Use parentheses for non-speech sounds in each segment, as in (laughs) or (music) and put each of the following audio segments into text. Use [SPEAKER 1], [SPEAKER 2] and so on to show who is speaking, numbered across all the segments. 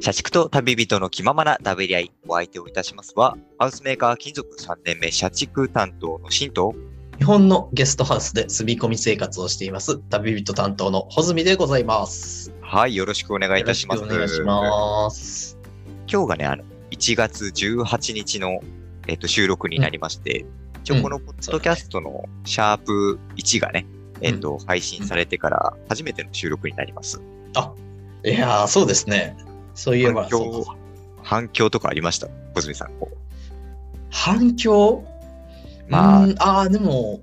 [SPEAKER 1] 社畜と旅人の気ままな食べり合い、お相手をいたしますは、ハウスメーカー金属3年目社畜担当の新藤。
[SPEAKER 2] 日本のゲストハウスで住み込み生活をしています旅人担当の穂積でございます。
[SPEAKER 1] はい、よろしくお願いいたします。
[SPEAKER 2] よろしくお願いします。
[SPEAKER 1] 今日がね、あの、1月18日の、えっと、収録になりまして、一応このポッドキャストのシャープ1がね、えっと、配信されてから初めての収録になります。
[SPEAKER 2] あ、いやーそうですね。そういえば
[SPEAKER 1] 反
[SPEAKER 2] そう
[SPEAKER 1] 響
[SPEAKER 2] か、
[SPEAKER 1] 反響とかありました小泉さん。こう
[SPEAKER 2] 反響
[SPEAKER 1] まあ
[SPEAKER 2] う、んあーでも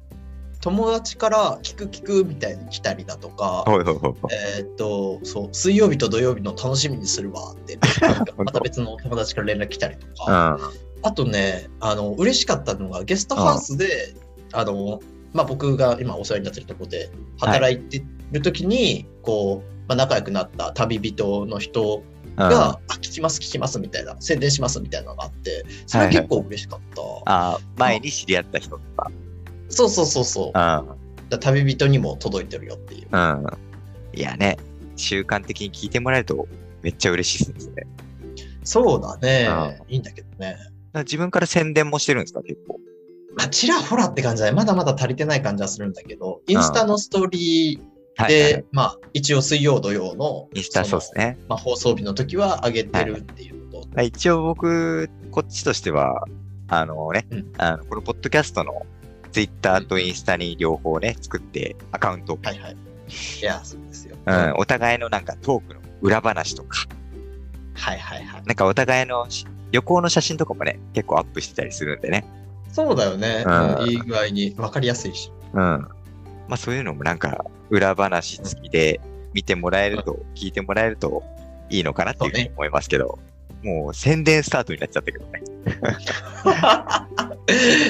[SPEAKER 2] 友達から聞く聞くみたいに来たりだとか。
[SPEAKER 1] はいはいはいはい。
[SPEAKER 2] えーっとそう水曜日と土曜日の楽しみにするわって
[SPEAKER 1] (laughs)
[SPEAKER 2] なんかまた別のお友達から連絡来たりと
[SPEAKER 1] う
[SPEAKER 2] か、
[SPEAKER 1] ん。
[SPEAKER 2] あとねあの嬉しかったのがゲストハウスであの、まあ、僕が今お世話になってるところで働いてる時に、こう、まあ、仲良くなった旅人の人
[SPEAKER 1] うん
[SPEAKER 2] が、あ聞きます聞きますみたいな宣伝しますみたいなのがあってそれは結構嬉しかった、
[SPEAKER 1] あー前に知り合った人とか。
[SPEAKER 2] そうそうそうそうだか
[SPEAKER 1] うん。
[SPEAKER 2] ら旅人にも届いてるよっていう
[SPEAKER 1] うん。いやね、習慣的に聞いてもらえるとめっちゃ嬉しいですね。だか
[SPEAKER 2] そうだねいいんだけどね
[SPEAKER 1] ら自分から宣伝もしてるんですか、結構。
[SPEAKER 2] まあ、ちらほらって感じだね。まだまだ足りてない感じはするんだけど、インスタのストーリー
[SPEAKER 1] はい、
[SPEAKER 2] で、
[SPEAKER 1] はい。
[SPEAKER 2] まあ、一応水曜、土曜の
[SPEAKER 1] インスタそうです
[SPEAKER 2] ね
[SPEAKER 1] ね。
[SPEAKER 2] まあ、放送日の時は上げてるっていうこと。
[SPEAKER 1] まあ一応僕、こっちとしては、あのね、
[SPEAKER 2] うん
[SPEAKER 1] あのこのポッドキャストのツイッターとインスタに両方ね、作ってアカウントを、
[SPEAKER 2] はいはい。いや、そうですよ。
[SPEAKER 1] う
[SPEAKER 2] は
[SPEAKER 1] ん
[SPEAKER 2] い、
[SPEAKER 1] お互いのなんかトークの裏話とか、
[SPEAKER 2] はいはい。
[SPEAKER 1] なんかお互いのし旅行の写真とかもね、結構アップしてたりするんでね。
[SPEAKER 2] そうだよね。
[SPEAKER 1] うん
[SPEAKER 2] うんいい具合に分かりやすいし。 (laughs)
[SPEAKER 1] うん。まあそういうのもなんか裏話付きで見てもらえると、聞いてもらえるといいのかなっていうふうに思いますけど、もう宣伝スタートになっちゃったけどね。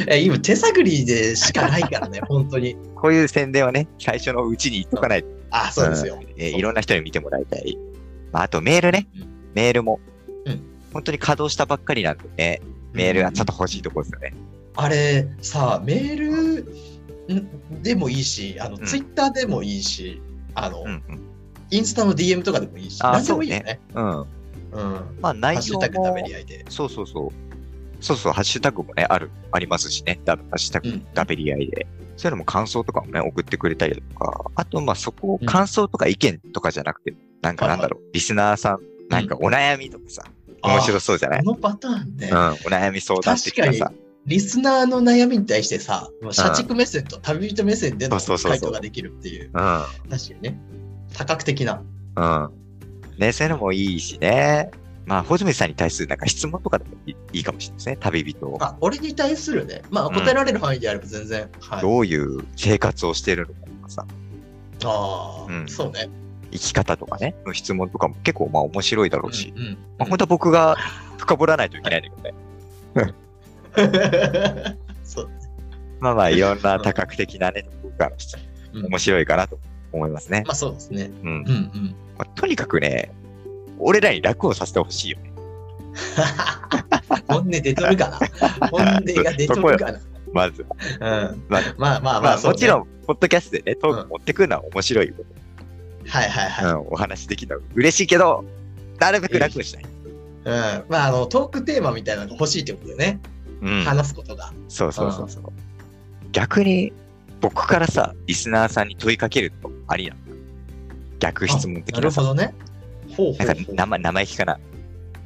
[SPEAKER 2] え今、手探りでしかないか
[SPEAKER 1] (laughs)
[SPEAKER 2] らね、本当に。
[SPEAKER 1] こういう宣伝はね、最初のうちに言っとかないと、
[SPEAKER 2] あ、そうですよ。
[SPEAKER 1] えーいろんな人に見てもらいたい。まああとメールね、メールも、
[SPEAKER 2] うん
[SPEAKER 1] 本当に稼働したばっかりなんでね、メールはちょっと欲しいところですよね。
[SPEAKER 2] あれさメールんでもいいしあの、
[SPEAKER 1] うん
[SPEAKER 2] ツイッターでもいいしあの、
[SPEAKER 1] うん
[SPEAKER 2] インスタの DM とかでもいいし
[SPEAKER 1] あ
[SPEAKER 2] 何でもいいよね
[SPEAKER 1] うん。うん。
[SPEAKER 2] うん
[SPEAKER 1] まあ
[SPEAKER 2] ハ
[SPEAKER 1] 内
[SPEAKER 2] ッシ
[SPEAKER 1] 容
[SPEAKER 2] ュタグ食べ
[SPEAKER 1] も
[SPEAKER 2] り合いで
[SPEAKER 1] そうそうそう。そうそう、ハッシュタグもね、ある、ありますしね。ダハッシュタグ
[SPEAKER 2] うん、
[SPEAKER 1] ダベリ合いで。そういうのも感想とかもね、送ってくれたりとか、あと、まあ、そこを
[SPEAKER 2] うん
[SPEAKER 1] 感想とか意見とかじゃなくて、なんかなんだろう、リスナーさん、なんかお悩みとかさ、面白そうじゃな
[SPEAKER 2] あ
[SPEAKER 1] い
[SPEAKER 2] このパターンね、
[SPEAKER 1] うん、お悩み相談してきたさ。
[SPEAKER 2] リスナーの悩みに対してさもう社畜目線と旅人目線での
[SPEAKER 1] そうそうそう
[SPEAKER 2] 回
[SPEAKER 1] そう
[SPEAKER 2] 答ができるっていう
[SPEAKER 1] うん、
[SPEAKER 2] 確かにね多角的な
[SPEAKER 1] うん。ね、そういうのもいいしね。まあ、穂積さんに対するなんか質問とかでもいいいいかもしれないですね、旅人を。
[SPEAKER 2] あ俺に対するねまあ
[SPEAKER 1] うん
[SPEAKER 2] 答えられる範囲であれば全然、はい
[SPEAKER 1] どういう生活をしてるのかとかさ、
[SPEAKER 2] ああ、
[SPEAKER 1] うん
[SPEAKER 2] そうね
[SPEAKER 1] 生き方とかね、の質問とかも結構まあ面白いだろうし、
[SPEAKER 2] うんうん
[SPEAKER 1] まあ、本当は僕が深掘らないといけないんだけどね。
[SPEAKER 2] (laughs) そう
[SPEAKER 1] まあまあ、いろんな多角的なね、僕からしたら
[SPEAKER 2] うん
[SPEAKER 1] 面白いかなと思いますね。
[SPEAKER 2] まあそうですね
[SPEAKER 1] うん
[SPEAKER 2] うんうん
[SPEAKER 1] まあ、とにかくね、俺らに楽をさせてほしいよね。
[SPEAKER 2] 本音出と
[SPEAKER 1] (laughs)
[SPEAKER 2] るかな本音が出とるか
[SPEAKER 1] まず。
[SPEAKER 2] な、うん、
[SPEAKER 1] まあ、
[SPEAKER 2] まあまあま
[SPEAKER 1] ま
[SPEAKER 2] あ
[SPEAKER 1] あ、
[SPEAKER 2] そう
[SPEAKER 1] も
[SPEAKER 2] ね、
[SPEAKER 1] ちろん、ポッドキャストでね、トーク持ってくるのは面白いこと、
[SPEAKER 2] はいはいはい、
[SPEAKER 1] うんお話できるのは嬉しいけど、なるべく楽をしたい。
[SPEAKER 2] うん、まああのトークテーマみたいなのが欲しいってことだよね、
[SPEAKER 1] うん。
[SPEAKER 2] 話すことが
[SPEAKER 1] そうそうそうそう。逆に、僕からさ、リスナーさんに問いかけるとありなの逆質問的
[SPEAKER 2] な
[SPEAKER 1] な
[SPEAKER 2] る
[SPEAKER 1] さ。
[SPEAKER 2] ほどねほうほ
[SPEAKER 1] な
[SPEAKER 2] う
[SPEAKER 1] んか
[SPEAKER 2] ほう
[SPEAKER 1] 生生意気かな。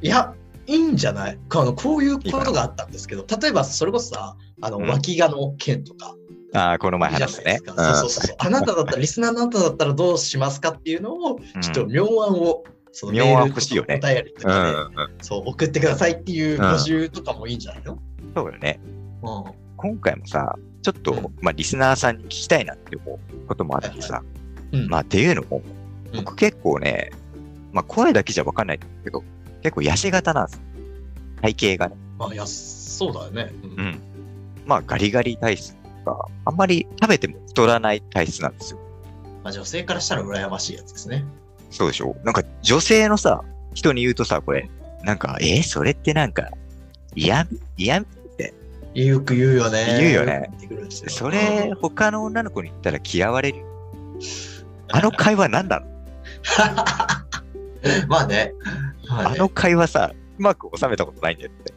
[SPEAKER 2] いやいいんじゃないあのこういうことがあったんですけど例えばそれこそさあの、
[SPEAKER 1] うん
[SPEAKER 2] 脇がの件とか
[SPEAKER 1] ああ、この前
[SPEAKER 2] いいじゃ
[SPEAKER 1] 話し
[SPEAKER 2] な
[SPEAKER 1] た
[SPEAKER 2] いで
[SPEAKER 1] ね
[SPEAKER 2] す。か、そうそうそうあなただ
[SPEAKER 1] (laughs)
[SPEAKER 2] ったらリスナーのあなただったらどうしますかっていうのを
[SPEAKER 1] うん
[SPEAKER 2] ちょっと妙案を、その
[SPEAKER 1] 妙案欲しいよ
[SPEAKER 2] メ
[SPEAKER 1] ね
[SPEAKER 2] ールとかお便りと
[SPEAKER 1] うん
[SPEAKER 2] かで、
[SPEAKER 1] うんうん
[SPEAKER 2] そう送ってくださいっていう募集とかもいいんじゃないの、
[SPEAKER 1] そうよね。
[SPEAKER 2] うん
[SPEAKER 1] 今回もさ、ちょっと、
[SPEAKER 2] うん
[SPEAKER 1] まあ、リスナーさんに聞きたいなって思うこともあってさ、
[SPEAKER 2] うん
[SPEAKER 1] まあ、っていうのも、
[SPEAKER 2] うん
[SPEAKER 1] 僕結構ね、まあ、声だけじゃわかんないんだけど、結構痩せ型なんですよ。体型がね。
[SPEAKER 2] まあ、いや、そうだよね。うん
[SPEAKER 1] うんまあ、ガリガリ体質とか、あんまり食べても太らない体質なんですよ。
[SPEAKER 2] まあ、女性からしたら羨ましいやつですね。
[SPEAKER 1] そうでしょなんか、女性のさ、人に言うとさ、これ、なんか、えーそれってなんか、嫌味嫌味
[SPEAKER 2] よく言うよね。
[SPEAKER 1] 言うよね
[SPEAKER 2] 言ってくるんですよ
[SPEAKER 1] それ、他の女の子に言ったら嫌われる。あの会話何なの
[SPEAKER 2] まあね。
[SPEAKER 1] あの会話さ、うまく収めたことないんだよって。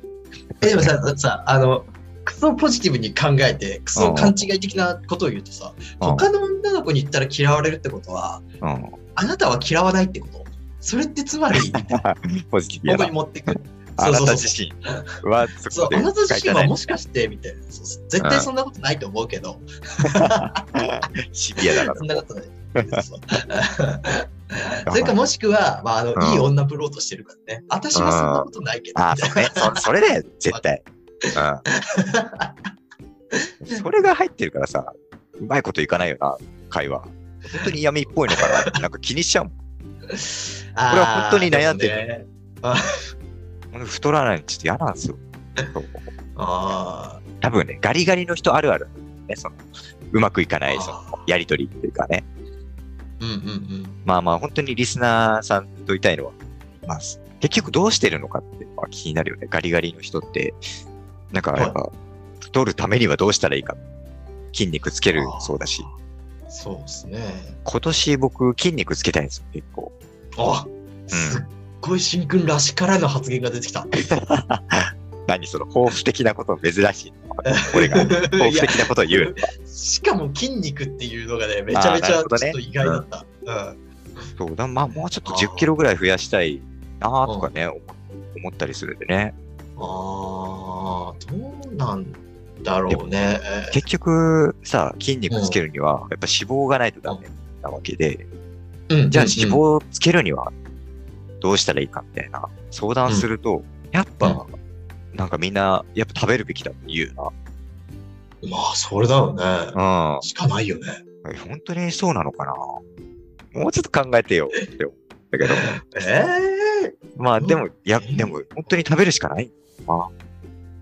[SPEAKER 2] えでもさ、さ、あの、クソポジティブに考えて、クソ勘違い的なことを言うとさ、他の女の子に言ったら嫌われるってことは、
[SPEAKER 1] うん。う
[SPEAKER 2] あなたは嫌わないってことそれってつ
[SPEAKER 1] (laughs)
[SPEAKER 2] まり、
[SPEAKER 1] ん。ポジティブやな
[SPEAKER 2] 僕に。持ってくる。
[SPEAKER 1] あ
[SPEAKER 2] そう
[SPEAKER 1] な
[SPEAKER 2] そう
[SPEAKER 1] た
[SPEAKER 2] そう
[SPEAKER 1] 自身はそ
[SPEAKER 2] そう
[SPEAKER 1] こ、で
[SPEAKER 2] あなた
[SPEAKER 1] 使い
[SPEAKER 2] 自
[SPEAKER 1] た
[SPEAKER 2] 身
[SPEAKER 1] な
[SPEAKER 2] はいもしかして、みたいな。そうそう絶対そんなことないと思うけど、
[SPEAKER 1] シビアだから
[SPEAKER 2] そんなことない。
[SPEAKER 1] (laughs)
[SPEAKER 2] そうそうそれかもしくは、まあ、あの、
[SPEAKER 1] うん
[SPEAKER 2] いい女ぶろうとしてるからね。私はそんなことないけど。
[SPEAKER 1] あ
[SPEAKER 2] み
[SPEAKER 1] あ、
[SPEAKER 2] たい
[SPEAKER 1] そうね。そそれだよ、絶対。うん。それが入ってるからさ、うまいこといかないよな、会話。本当に闇っぽいのかななんか気にしちゃうもん
[SPEAKER 2] な
[SPEAKER 1] これは本当に悩んでる
[SPEAKER 2] あーもね
[SPEAKER 1] 俺太らないのちょっと嫌なんですよ。そう
[SPEAKER 2] あ
[SPEAKER 1] 多分ね、ガリガリの人あるある。ね、そのうまくいか
[SPEAKER 2] ー
[SPEAKER 1] ない、そのやりとりっていうかね。
[SPEAKER 2] うんうんうん。
[SPEAKER 1] まあまあ、本当にリスナーさんと言いたいのは、まあ、結局どうしてるのかってまあ気になるよね。ガリガリの人って、なんかやっぱ、太るためにはどうしたらいいか。筋肉つけるそうだし、
[SPEAKER 2] あー。そうですね。
[SPEAKER 1] 今年僕筋肉つけたいんですよ、結構。
[SPEAKER 2] あすっごい新君らしからぬ発言が
[SPEAKER 1] (laughs)
[SPEAKER 2] 出てきた。
[SPEAKER 1] 何その、抱負的なこと珍しい。俺
[SPEAKER 2] (laughs)
[SPEAKER 1] が抱負的なことを言う。
[SPEAKER 2] しかも筋肉っていうのがね、めちゃめち
[SPEAKER 1] あーなるほ
[SPEAKER 2] ゃち
[SPEAKER 1] ど
[SPEAKER 2] ょ
[SPEAKER 1] ね
[SPEAKER 2] っと意外だった。うん
[SPEAKER 1] そうだ、まあもうちょっと
[SPEAKER 2] あー
[SPEAKER 1] 10キロぐらい増やしたいなーとかね、思思ったりするんでね。
[SPEAKER 2] ああ、どうなんだろうね。
[SPEAKER 1] 結局さ、筋肉つけるには、やっぱ脂肪がないとダメなわけで、
[SPEAKER 2] うん
[SPEAKER 1] じゃあ
[SPEAKER 2] うん
[SPEAKER 1] 脂肪をつけるにはどうしたらいいかみたいな相談すると、やっぱ、なんかみんな、やっぱ食べるべきだって言う
[SPEAKER 2] うんまあ、それだろうね。
[SPEAKER 1] な。
[SPEAKER 2] しかないよね。
[SPEAKER 1] うん。本当にそうなのかなもうちょっと考えてよって思ったけど。
[SPEAKER 2] ええ
[SPEAKER 1] まあ
[SPEAKER 2] うん
[SPEAKER 1] でも、いや、
[SPEAKER 2] うん
[SPEAKER 1] でも本当に食べるしかない。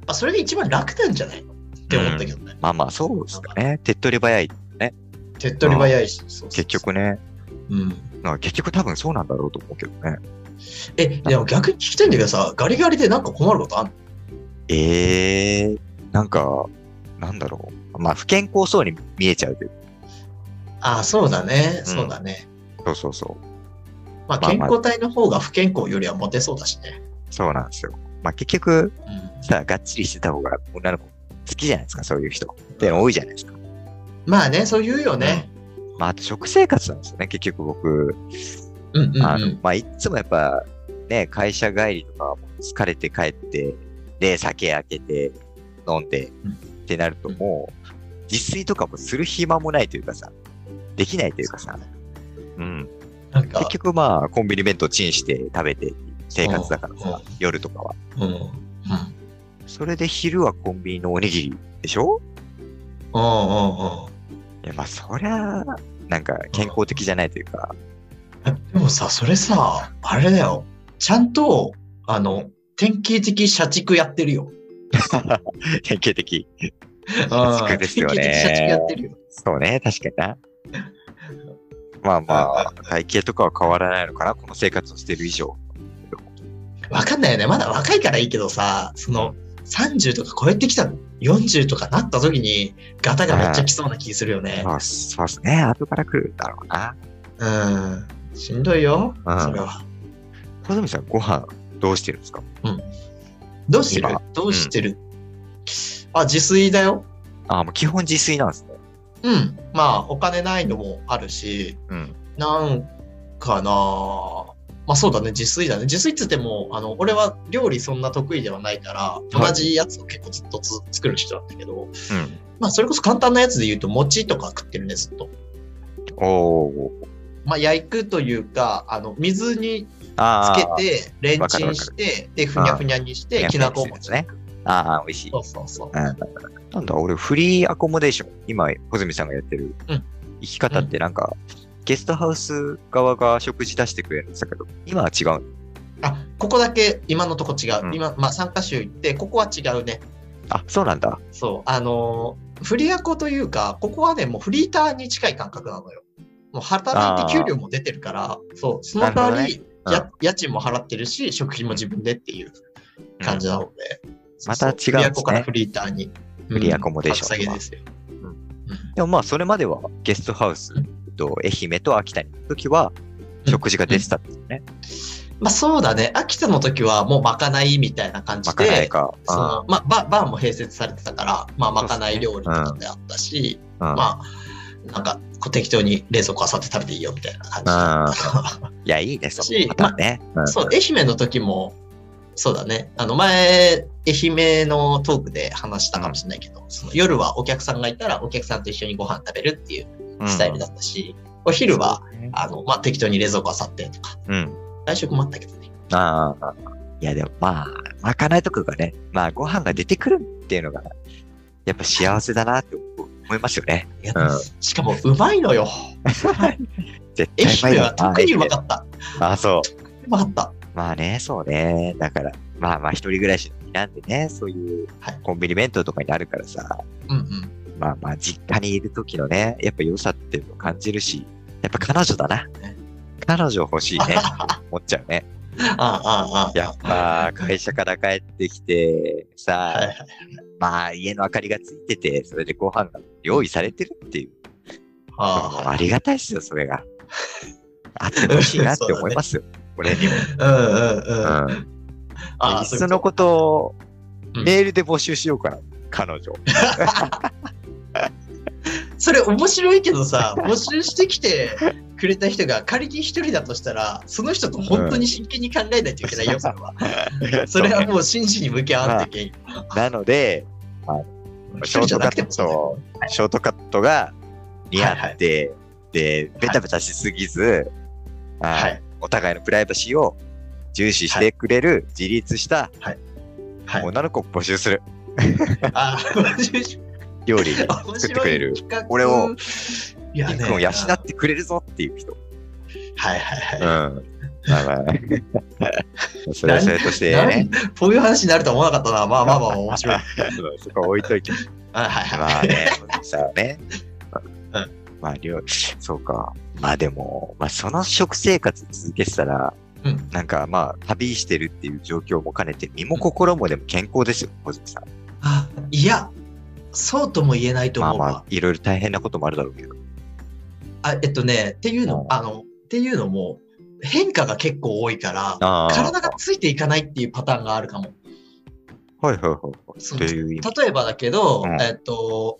[SPEAKER 2] あ、それが一番楽なんじゃないって思ったけどね。
[SPEAKER 1] まあまあそうですかね。手っ取り早い。
[SPEAKER 2] 手っ取り早いし、そうそうそう
[SPEAKER 1] 結。局ね。
[SPEAKER 2] うん。
[SPEAKER 1] なんか結局多分そうなんだろうと思うけどね。
[SPEAKER 2] え、でも逆に聞きたいんだけどさ、ガリガリでなんか困ることあんの
[SPEAKER 1] ええなんか、なんだろう。まあ不健康そうに見えちゃうという
[SPEAKER 2] ああ、そうだね。そうだね。
[SPEAKER 1] そうそうそう。
[SPEAKER 2] まあ、
[SPEAKER 1] まあ
[SPEAKER 2] 健
[SPEAKER 1] まあ
[SPEAKER 2] 康体の方が不健康よりはモテそうだしね。
[SPEAKER 1] そうなんですよ。まあ結局、
[SPEAKER 2] うん
[SPEAKER 1] さ、がっちりしてた方が女の子好きじゃないですか、そういう人。って多いじゃないですか。
[SPEAKER 2] まあね、そう言うよね。
[SPEAKER 1] まあ、あと食生活なんですよね、結局僕。
[SPEAKER 2] うんうんうん。
[SPEAKER 1] あの、まあ、いっつもやっぱ、ね、会社帰りとか、疲れて帰って、で、酒開けて、飲んで、
[SPEAKER 2] うん
[SPEAKER 1] ってなるともう、自炊とかもする暇もないというかさ、できないというかさ、うん。
[SPEAKER 2] なんか
[SPEAKER 1] 結、局まあ、コンビニ弁当チンして食べて、生活だからさ、夜とかは。
[SPEAKER 2] うん。うん。
[SPEAKER 1] それで昼はコンビニのおにぎりでしょ
[SPEAKER 2] うんうん
[SPEAKER 1] いや、まあ、そりゃ、なんか、健康的じゃないという
[SPEAKER 2] (laughs)
[SPEAKER 1] か、
[SPEAKER 2] うん。でもさ、それさ、あれだよ。ちゃんと、あの、典型的社畜やってるよ。
[SPEAKER 1] 典型的。
[SPEAKER 2] 社
[SPEAKER 1] 畜ですよね
[SPEAKER 2] 典型的社畜やってるよ。
[SPEAKER 1] そうね、確かにな。まあまあ、体型とかは変わらないのかな、この生活をしてる以上。
[SPEAKER 2] わかんないよね。まだ若いからいいけどさ、その、30とか超えてきた40とかなった時に、ガタがめっちゃきそうな気するよね。
[SPEAKER 1] まあ、そうですね、後から来るだろうな。
[SPEAKER 2] うん。しんどいよ。
[SPEAKER 1] うん
[SPEAKER 2] それは。
[SPEAKER 1] 小泉さん、ご飯どうしてるんですか
[SPEAKER 2] どうしてる
[SPEAKER 1] 今
[SPEAKER 2] どうしてる、あ、自炊だよ。
[SPEAKER 1] あもう基本自炊なんですね。
[SPEAKER 2] うん。まあ、お金ないのもあるし、
[SPEAKER 1] うん。
[SPEAKER 2] なんかなまあそうだね、自炊だね。自炊っつっても、あの、俺は料理そんな得意ではないから、
[SPEAKER 1] はい
[SPEAKER 2] 同じやつを結構ずっとつ作る人なんだけど、
[SPEAKER 1] うん。
[SPEAKER 2] まあそれこそ簡単なやつで言うと、餅とか食ってるね、ずっと。
[SPEAKER 1] おー。
[SPEAKER 2] まあ焼くというか、あの、水に
[SPEAKER 1] あ
[SPEAKER 2] つ
[SPEAKER 1] あ。
[SPEAKER 2] けて、レン
[SPEAKER 1] わか
[SPEAKER 2] チ
[SPEAKER 1] るわ
[SPEAKER 2] ン
[SPEAKER 1] かる
[SPEAKER 2] して、で、ふにゃふにゃにして、きなこ餅。
[SPEAKER 1] ね。ああ、美味しい
[SPEAKER 2] そ。うそうそう。
[SPEAKER 1] なんだ、俺、フリーアコモデーション、今、小泉さんがやってる
[SPEAKER 2] うん
[SPEAKER 1] 生き方って、なんか、ゲストハウス側が食事出してくれるんですけど、今は違う。
[SPEAKER 2] あここだけ今のとこ違う、
[SPEAKER 1] うん
[SPEAKER 2] 今、まあ、3カ州行ってここは違うね
[SPEAKER 1] あ、そうなんだ。
[SPEAKER 2] そうあのーフリアコというかここはねもうフリーターに近い感覚なのよもう働いて給料も出てるからそうその代わり、
[SPEAKER 1] なるほどね
[SPEAKER 2] や家賃も払ってるし食費も自分でっていう感じなので、
[SPEAKER 1] また違うんですね
[SPEAKER 2] フリアコからフリーターにフ
[SPEAKER 1] リアコモデーションとか
[SPEAKER 2] 下げですよ
[SPEAKER 1] でもまあ、それまではゲストハウス
[SPEAKER 2] うん
[SPEAKER 1] えっと愛媛と秋田に行くときは、食事が出てたんですよね。
[SPEAKER 2] まあそうだね。秋田の時はもうまかないみたいな感じ
[SPEAKER 1] まかない
[SPEAKER 2] で、
[SPEAKER 1] か。
[SPEAKER 2] そのまあバーバーも併設されてたから、まあまかない料理と
[SPEAKER 1] そ
[SPEAKER 2] か
[SPEAKER 1] う
[SPEAKER 2] であったし、
[SPEAKER 1] うんうん
[SPEAKER 2] まあ、なんかこう適当に冷蔵庫漁って食べていいよみたいな感じだったから。
[SPEAKER 1] いや、いいね、そ
[SPEAKER 2] し
[SPEAKER 1] のパターンね。うん
[SPEAKER 2] (laughs) そう、愛媛の時も、そうだね。あの、前、愛媛のトークで話したかもしれないけど、その夜はお客さんがいたら、お客さんと一緒にご飯食べるっていうスタイルだったし、お昼は、あの、まあ、適当に冷蔵庫漁ってとか、
[SPEAKER 1] うん。
[SPEAKER 2] 外食もあったけどね。
[SPEAKER 1] ああ。いや、でもまあ、まかないとかがね、まあ、ご飯が出てくるっていうのが、やっぱ幸せだなって思いますよね。
[SPEAKER 2] いや
[SPEAKER 1] うん
[SPEAKER 2] しかも、うまいのよ。
[SPEAKER 1] 絶対う
[SPEAKER 2] 愛媛
[SPEAKER 1] まい
[SPEAKER 2] は特にうまか
[SPEAKER 1] っ
[SPEAKER 2] った。
[SPEAKER 1] た。あ、そう。
[SPEAKER 2] うまかった。
[SPEAKER 1] まあね、そうね。だから、まあまあ、一人暮らしなんでね、そういう
[SPEAKER 2] はい
[SPEAKER 1] コンビニ弁当とかになるからさ、
[SPEAKER 2] うんうん。
[SPEAKER 1] まあまあ、実家にいる時のね、やっぱ良さっていうのを感じるし、やっぱ彼女だな
[SPEAKER 2] ね。
[SPEAKER 1] 彼女欲しいね。
[SPEAKER 2] (laughs)
[SPEAKER 1] って思っちゃうね。
[SPEAKER 2] ああ、ああ、ああ。
[SPEAKER 1] やっぱ、会社から帰ってきて、さ
[SPEAKER 2] はいはい
[SPEAKER 1] まあ、家の明かりがついてて、それでご飯が用意されてるっていう。
[SPEAKER 2] ああ
[SPEAKER 1] ありがたいですよ、それが。あってほしいなって思い
[SPEAKER 2] (laughs)
[SPEAKER 1] ますよ。これにも。
[SPEAKER 2] うんうんうん。あ
[SPEAKER 1] うん。
[SPEAKER 2] あ、
[SPEAKER 1] いっそのこと、
[SPEAKER 2] うん
[SPEAKER 1] メールで募集しようかな、彼女。
[SPEAKER 2] それ面白いけどさ募集してきてくれた人が仮に一人だとしたらその人と本当に真剣に考えないといけないよ、それは (laughs) それはもう真摯に向き合わなきゃいけない
[SPEAKER 1] なので、
[SPEAKER 2] 一人じゃなくても
[SPEAKER 1] ショートショートカットが似合って、で、ベタベタしすぎず、あ
[SPEAKER 2] はい
[SPEAKER 1] お互いのプライバシーを重視してくれる自立した
[SPEAKER 2] はい
[SPEAKER 1] 女の子を募集する
[SPEAKER 2] あー
[SPEAKER 1] 料理に
[SPEAKER 2] 面
[SPEAKER 1] 作ってく
[SPEAKER 2] 白
[SPEAKER 1] れ
[SPEAKER 2] い
[SPEAKER 1] る
[SPEAKER 2] 企画
[SPEAKER 1] 俺を
[SPEAKER 2] いや
[SPEAKER 1] り
[SPEAKER 2] ね
[SPEAKER 1] んくんを養ってくれるぞっていう人。
[SPEAKER 2] はいはい
[SPEAKER 1] うん。
[SPEAKER 2] は
[SPEAKER 1] まあまあ。
[SPEAKER 2] (laughs)
[SPEAKER 1] それはそれとし
[SPEAKER 2] い、
[SPEAKER 1] てね。
[SPEAKER 2] なんこういう話になるとは思わなかったなまあまあまあ面白いはい
[SPEAKER 1] そうそこは置いといて。
[SPEAKER 2] はいはい、
[SPEAKER 1] まあね、さあね。
[SPEAKER 2] う
[SPEAKER 1] まあ、料理、そうか。まあでも、まあその食生活続けてたら、
[SPEAKER 2] うん
[SPEAKER 1] なんかまあ旅してるっていう状況も兼ねて、身も心もでも健康ですよ、小泉さん。
[SPEAKER 2] あいやそうとも言えないと
[SPEAKER 1] ま
[SPEAKER 2] 思
[SPEAKER 1] あ
[SPEAKER 2] う
[SPEAKER 1] ま
[SPEAKER 2] わ、
[SPEAKER 1] あ、いろいろ大変なこともあるだろうけど。
[SPEAKER 2] あえっとねっていう
[SPEAKER 1] う
[SPEAKER 2] の
[SPEAKER 1] ん
[SPEAKER 2] あのっていうのも変化が結構多いから
[SPEAKER 1] ああ。
[SPEAKER 2] 体がついていかないっていうパターンがあるかも。
[SPEAKER 1] はいはいはい。
[SPEAKER 2] その
[SPEAKER 1] という意味。
[SPEAKER 2] 例えばだけど、
[SPEAKER 1] うん
[SPEAKER 2] えっと、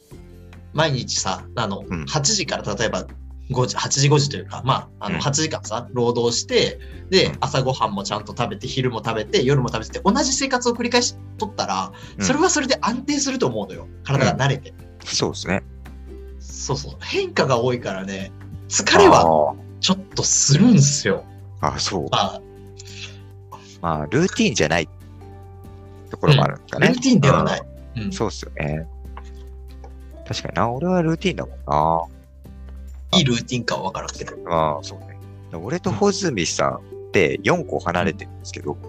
[SPEAKER 2] 毎日さ、あの、
[SPEAKER 1] うん
[SPEAKER 2] 8時から例えば5時、8時5時というか、まあ、あ
[SPEAKER 1] う
[SPEAKER 2] の
[SPEAKER 1] ん
[SPEAKER 2] 8時間さ、労働して、
[SPEAKER 1] う
[SPEAKER 2] で
[SPEAKER 1] ん、
[SPEAKER 2] 朝ごはんもちゃんと食べて、昼も食べて、夜も食べてって、同じ生活を繰り返しとったら、
[SPEAKER 1] うん
[SPEAKER 2] それはそれで安定すると思うのよ。体が慣れて。
[SPEAKER 1] そうですね。
[SPEAKER 2] そうそう。変化が多いからね、疲れはちょっとするんすよ。
[SPEAKER 1] あーあ、そう。
[SPEAKER 2] まあ、
[SPEAKER 1] まあ、ルーティンじゃないところもあるんですかね。
[SPEAKER 2] ルーティンではない。うん
[SPEAKER 1] そうっすよね。確かにな、俺はルーティンだも
[SPEAKER 2] いいルーティンかは分からんけど。
[SPEAKER 1] んな。ああ、そうね。俺と穂積さんって4個離れてるんですけど、も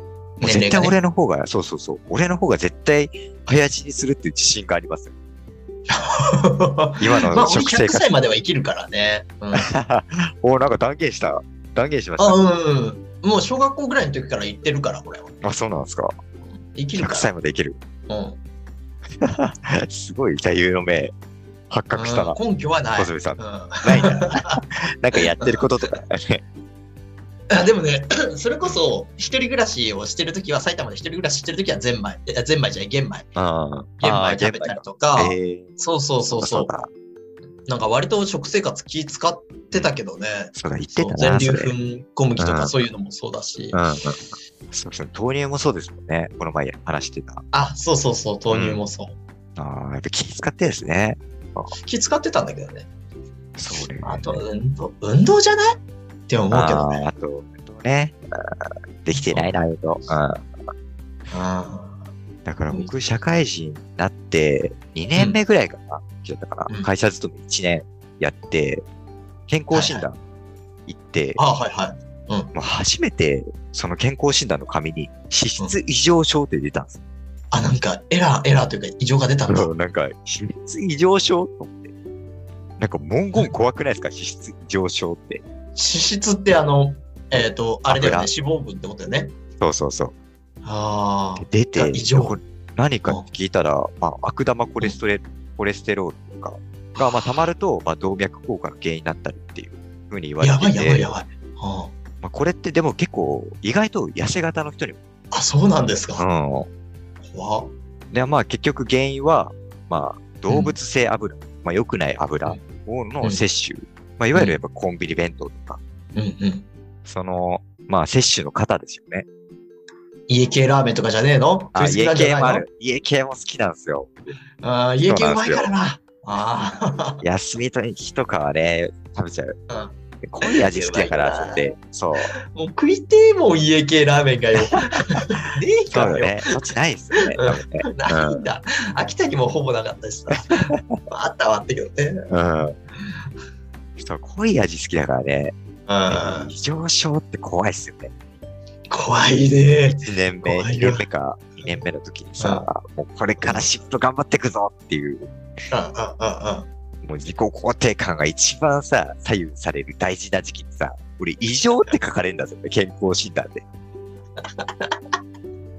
[SPEAKER 1] う
[SPEAKER 2] 年
[SPEAKER 1] 絶
[SPEAKER 2] 齢が
[SPEAKER 1] 対
[SPEAKER 2] ね
[SPEAKER 1] 俺の方が、そうそうそう、俺の方が絶対早死にするっていう自信があります。今の
[SPEAKER 2] まあ、俺
[SPEAKER 1] 食生
[SPEAKER 2] 100
[SPEAKER 1] 活。
[SPEAKER 2] 歳までは生きるからね。うん、あ、
[SPEAKER 1] (laughs) おなんか断言した。断言しました。
[SPEAKER 2] うんうん。もう小学校ぐらいの時から言ってるから、俺は。
[SPEAKER 1] あ、そうなんですか。
[SPEAKER 2] 生きる
[SPEAKER 1] 100
[SPEAKER 2] か
[SPEAKER 1] 歳までいける。
[SPEAKER 2] ら。うん
[SPEAKER 1] すごい座右の銘、発覚したな。
[SPEAKER 2] うん根拠はない。
[SPEAKER 1] 穂
[SPEAKER 2] う
[SPEAKER 1] 積
[SPEAKER 2] ん
[SPEAKER 1] さん。ないな。
[SPEAKER 2] (laughs)
[SPEAKER 1] なんかやってることとかね。
[SPEAKER 2] あでもね、 (coughs) それこそ、一人暮らしをしてる時は、埼玉で一人暮らししてる時は、ゼンマイ、えゼンマイじゃない、玄米。
[SPEAKER 1] あ
[SPEAKER 2] 玄
[SPEAKER 1] あ
[SPEAKER 2] 米食べたりとか、
[SPEAKER 1] えー
[SPEAKER 2] そうそうそう
[SPEAKER 1] そ
[SPEAKER 2] そう
[SPEAKER 1] だ。
[SPEAKER 2] う。なんか割と食生活気使ってたけどね。
[SPEAKER 1] そうだ、言って
[SPEAKER 2] そう
[SPEAKER 1] た
[SPEAKER 2] 全
[SPEAKER 1] な、
[SPEAKER 2] 粒
[SPEAKER 1] それ。
[SPEAKER 2] 粉小麦と
[SPEAKER 1] う
[SPEAKER 2] か
[SPEAKER 1] ん
[SPEAKER 2] そういうのもそうだし、
[SPEAKER 1] うんうんそうそう豆乳もそうですもんね。この前話してた。
[SPEAKER 2] あそうそうそう豆乳もそう、
[SPEAKER 1] ああ、やっぱ気使ってですね。
[SPEAKER 2] 気使ってたんだけどね
[SPEAKER 1] それ。
[SPEAKER 2] あと運動運動じゃないって思うけどね
[SPEAKER 1] あーあと、運動ね。あーできてないな、運動。うん
[SPEAKER 2] あ
[SPEAKER 1] だから僕、社会人になって、2年目ぐらいかな。だったか
[SPEAKER 2] う
[SPEAKER 1] な。
[SPEAKER 2] ん
[SPEAKER 1] 会社勤め1年やって、健康診断行って、
[SPEAKER 2] あはいはい
[SPEAKER 1] もう初めて、その健康診断の紙に、脂質異常症って出たんですよ
[SPEAKER 2] あなんかエラーエラーというか異常が出たんだ、
[SPEAKER 1] そうなんか、脂質異常症と思って。なんか文言怖くないですか脂質異常症って。
[SPEAKER 2] 脂質ってあのえっ、とあれだよね脂肪分ってことだよね
[SPEAKER 1] そうそうそう。
[SPEAKER 2] ああ
[SPEAKER 1] 出て、
[SPEAKER 2] 異常
[SPEAKER 1] これ何かって聞いたら、まあ、悪玉コレステレコレステロールとかが、まあ、溜まると、まあ、動脈硬化の原因になったりっていうふうに言われ
[SPEAKER 2] やば
[SPEAKER 1] て
[SPEAKER 2] いやばい
[SPEAKER 1] て、
[SPEAKER 2] やばい、あ
[SPEAKER 1] まあ、これってでも結構意外と痩せ型の人にも。
[SPEAKER 2] あ、そうなんですか。
[SPEAKER 1] う
[SPEAKER 2] 怖っ
[SPEAKER 1] ん。で、まあ結局原因は、まあ動物性油、まあ良くない油を
[SPEAKER 2] う
[SPEAKER 1] の
[SPEAKER 2] ん
[SPEAKER 1] 摂取、まあいわゆるやっぱコンビニ弁当とか、
[SPEAKER 2] うんうん。
[SPEAKER 1] その、まあ摂取の型ですよね。
[SPEAKER 2] 家系ラーメンとかじゃねえの
[SPEAKER 1] あ、
[SPEAKER 2] 食いつき
[SPEAKER 1] 家
[SPEAKER 2] なんじゃ
[SPEAKER 1] 系
[SPEAKER 2] ない
[SPEAKER 1] も
[SPEAKER 2] の
[SPEAKER 1] ある。家系も好きなんですよ。
[SPEAKER 2] あー家系うまいからな。あ
[SPEAKER 1] 休みと日とかはね、食べちゃう。
[SPEAKER 2] あ。
[SPEAKER 1] で濃い味好きやか
[SPEAKER 2] うまい
[SPEAKER 1] ら
[SPEAKER 2] な
[SPEAKER 1] って、そう。
[SPEAKER 2] うんもう食いてえもん、家系ラーメン
[SPEAKER 1] (laughs)
[SPEAKER 2] がよ。ねえ
[SPEAKER 1] そう
[SPEAKER 2] か
[SPEAKER 1] よ
[SPEAKER 2] らよ。
[SPEAKER 1] ね。そっちないですよね。
[SPEAKER 2] うん
[SPEAKER 1] 多分ね
[SPEAKER 2] ないんだ。秋田にもほぼなかったし
[SPEAKER 1] (laughs)
[SPEAKER 2] さ。あったはあったけどね。
[SPEAKER 1] うん。そう、濃い味好きだからね。
[SPEAKER 2] うん。
[SPEAKER 1] 異常症って怖いっすよね。
[SPEAKER 2] 怖いね。
[SPEAKER 1] 1年目、
[SPEAKER 2] 怖い
[SPEAKER 1] 2
[SPEAKER 2] よ
[SPEAKER 1] 年目か、2年目の時にさ、もうこれからシフト頑張ってくぞっていう、
[SPEAKER 2] うんうんうんうん。
[SPEAKER 1] もう自己肯定感が一番さ、左右される大事な時期にさ、俺異常って書かれるんだぞ、健康診断で。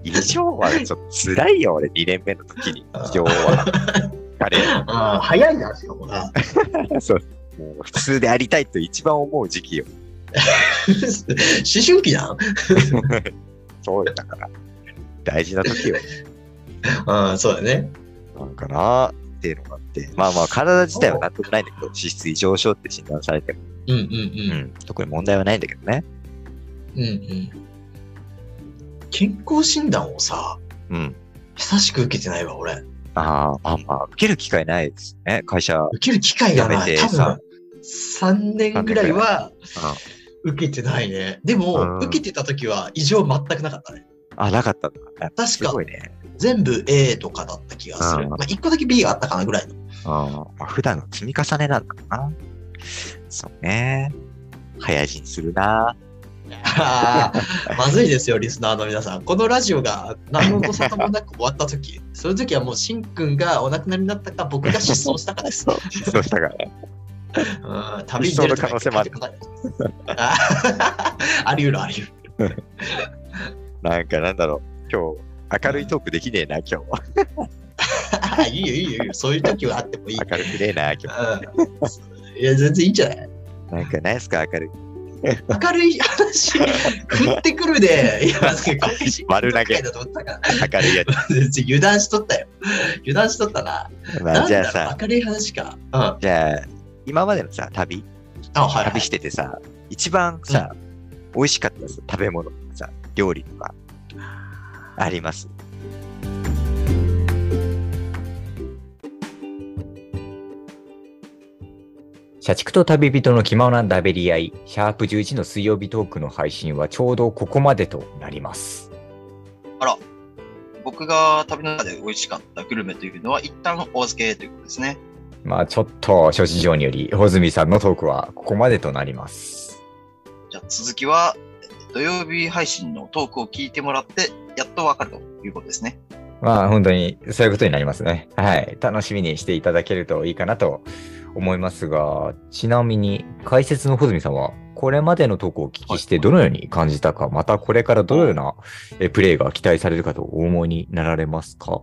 [SPEAKER 1] 異常はちょっと辛いよ、俺、2年目の時に。異常は。彼、
[SPEAKER 2] ああ、早いな、しかも (laughs) な。
[SPEAKER 1] そう。もう普通でありたいと一番思う時期よ。
[SPEAKER 2] 思春期だ。
[SPEAKER 1] そうよ、だから。大事な時よ。
[SPEAKER 2] うん、そうだね。
[SPEAKER 1] なんかなーっていうのがあって。まあまあ、体自体は納得ないんだけど、脂質異常症って診断されても、
[SPEAKER 2] うんう
[SPEAKER 1] うんん、特に問題はないんだけどね。
[SPEAKER 2] うん。うんうん。健康診断をさ、
[SPEAKER 1] うん。
[SPEAKER 2] 久しく受けてないわ、俺。
[SPEAKER 1] ああ、まあまあ、受ける機会ないですね、会社。うん。
[SPEAKER 2] 受ける機会がない。
[SPEAKER 1] や
[SPEAKER 2] 多
[SPEAKER 1] めてさ
[SPEAKER 2] 分、3年ぐらいは受けてないね。で
[SPEAKER 1] うん
[SPEAKER 2] も、受けてた時は異常全くなかったね。
[SPEAKER 1] あ、なかったんだ。やっぱ
[SPEAKER 2] 確
[SPEAKER 1] す
[SPEAKER 2] か
[SPEAKER 1] ごいね。
[SPEAKER 2] 全部 A とかだった気がす
[SPEAKER 1] う
[SPEAKER 2] る。
[SPEAKER 1] ん
[SPEAKER 2] まあ、1個だけ B があったかなぐらいの。
[SPEAKER 1] うん。まあ、普段の積み重ねなんかな。そうね。早死にするな。
[SPEAKER 2] あー (laughs) まずいですよ、リスナーの皆さん。このラジオが何の音沙汰もなく終わった時、その時はもうしんくんがお亡くなりになったか、僕が失踪した
[SPEAKER 1] (laughs)
[SPEAKER 2] かです。
[SPEAKER 1] そうした
[SPEAKER 2] (laughs)
[SPEAKER 1] から。
[SPEAKER 2] うん旅に出るとか言って書いてこないあー (laughs) あり得るあり得る。 (laughs)
[SPEAKER 1] なんかなんだろう。今日、明るいトークできねえな、今日。
[SPEAKER 2] あーいいよいいよいいよ。そういう時はあってもいい。
[SPEAKER 1] 明るくねえな、今
[SPEAKER 2] うん、いや全然いいんじゃない
[SPEAKER 1] 日。なんかないですか、明るい。
[SPEAKER 2] 明るい話、降ってくるで、いや、なんか
[SPEAKER 1] 丸投げ
[SPEAKER 2] だと思ったから、
[SPEAKER 1] 明るいやつ。
[SPEAKER 2] 全然油断しとったよ。油断しとったな。
[SPEAKER 1] まあ、じゃあ
[SPEAKER 2] なんだろ
[SPEAKER 1] さ
[SPEAKER 2] う、明るい話か。うん。あ、
[SPEAKER 1] じゃあ、今までのさ、旅、
[SPEAKER 2] はい、は
[SPEAKER 1] 旅
[SPEAKER 2] い。
[SPEAKER 1] しててさ、一番さ、美味しかったさ食べ物とかさ、料理とか、あります。
[SPEAKER 3] 社畜と旅人の気ままなダベリ合い、シャープ11の水曜日トークの配信はちょうどここまでとなります。
[SPEAKER 4] 僕が旅の中で美味しかったグルメというのは一旦お預けということですね。
[SPEAKER 3] まあちょっと諸事情により、穂積さんのトークはここまでとなります。
[SPEAKER 4] じゃあ続きはえー土曜日配信のトークを聞いてもらってやっとわかるということですね。
[SPEAKER 3] まあ本当にそういうことになりますね。はい。楽しみにしていただけるといいかなと思いますが、ちなみに解説の穂積さんは、これまでのトークをお聞きしてどのように感じたか、またこれからどのようなえプレイが期待されるかとお思いになられますか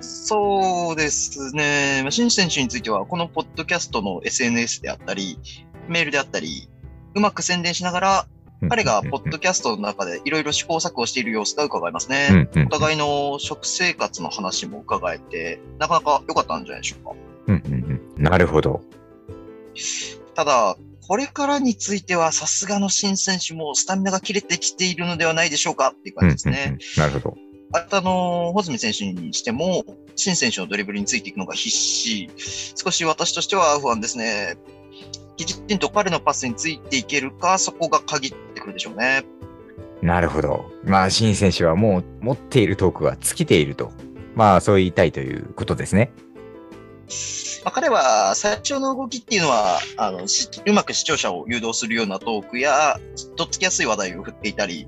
[SPEAKER 4] そうですね。まあ新選手についてはこのポッドキャストの SNS であったり、メールであったり、うまく宣伝しながら彼がポッドキャストの中でいろいろ試行錯誤している様子が伺えますね。
[SPEAKER 3] うんうん
[SPEAKER 4] お互いの食生活の話も伺えて、なかなか良かったんじゃないでしょうか。
[SPEAKER 3] うんうんうん、なるほど。
[SPEAKER 4] ただ、これからについては、さすがの新選手もスタミナが切れてきているのではないでしょうかっていう感じです
[SPEAKER 3] うんうんう
[SPEAKER 4] ね
[SPEAKER 3] ん。なるほど。
[SPEAKER 4] あと、あの、穂積選手にしても、新選手のドリブルについていくのが必死。少し私としては不安ですね。きちんと彼のパスについていけるか、そこが限ってくるでしょうね。
[SPEAKER 3] なるほど。まあ、シン選手はもう持っているトークが尽きていると。まあ、そう言いたいということですね。
[SPEAKER 4] まあ、彼は最初の動きっていうのはあのしうまく視聴者を誘導するようなトークやとっつきやすい話題を振っていたり、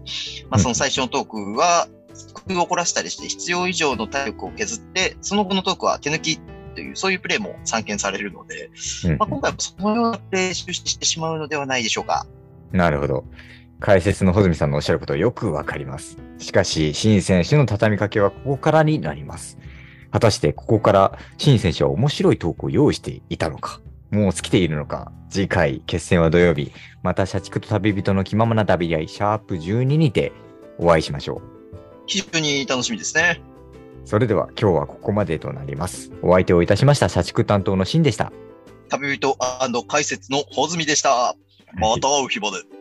[SPEAKER 4] まあ、その最初のトークは工夫を凝らしたりして必要以上の体力を削ってその後のトークは手抜きというそういうプレーも散見されるので、
[SPEAKER 3] うん
[SPEAKER 4] まあ、今回もそのようなプレーを終始してしまうのではないでしょうか。
[SPEAKER 3] なるほど。解説の穂積さんのおっしゃることよくわかります。しかし、シン選手の畳みかけはここからになります。果たして、ここからシン選手は面白いトークを用意していたのか。
[SPEAKER 1] もう尽きているのか次回、決戦は土曜日。また、社畜と旅人の気ままな旅合い、シャープ12にてお会いしましょう。
[SPEAKER 2] 非常に楽しみですね。
[SPEAKER 1] それでは、今日はここまでとなります。お相手をいたしました、社畜担当のシンでした。
[SPEAKER 2] 旅人解説の穂積でした。また会う日まで。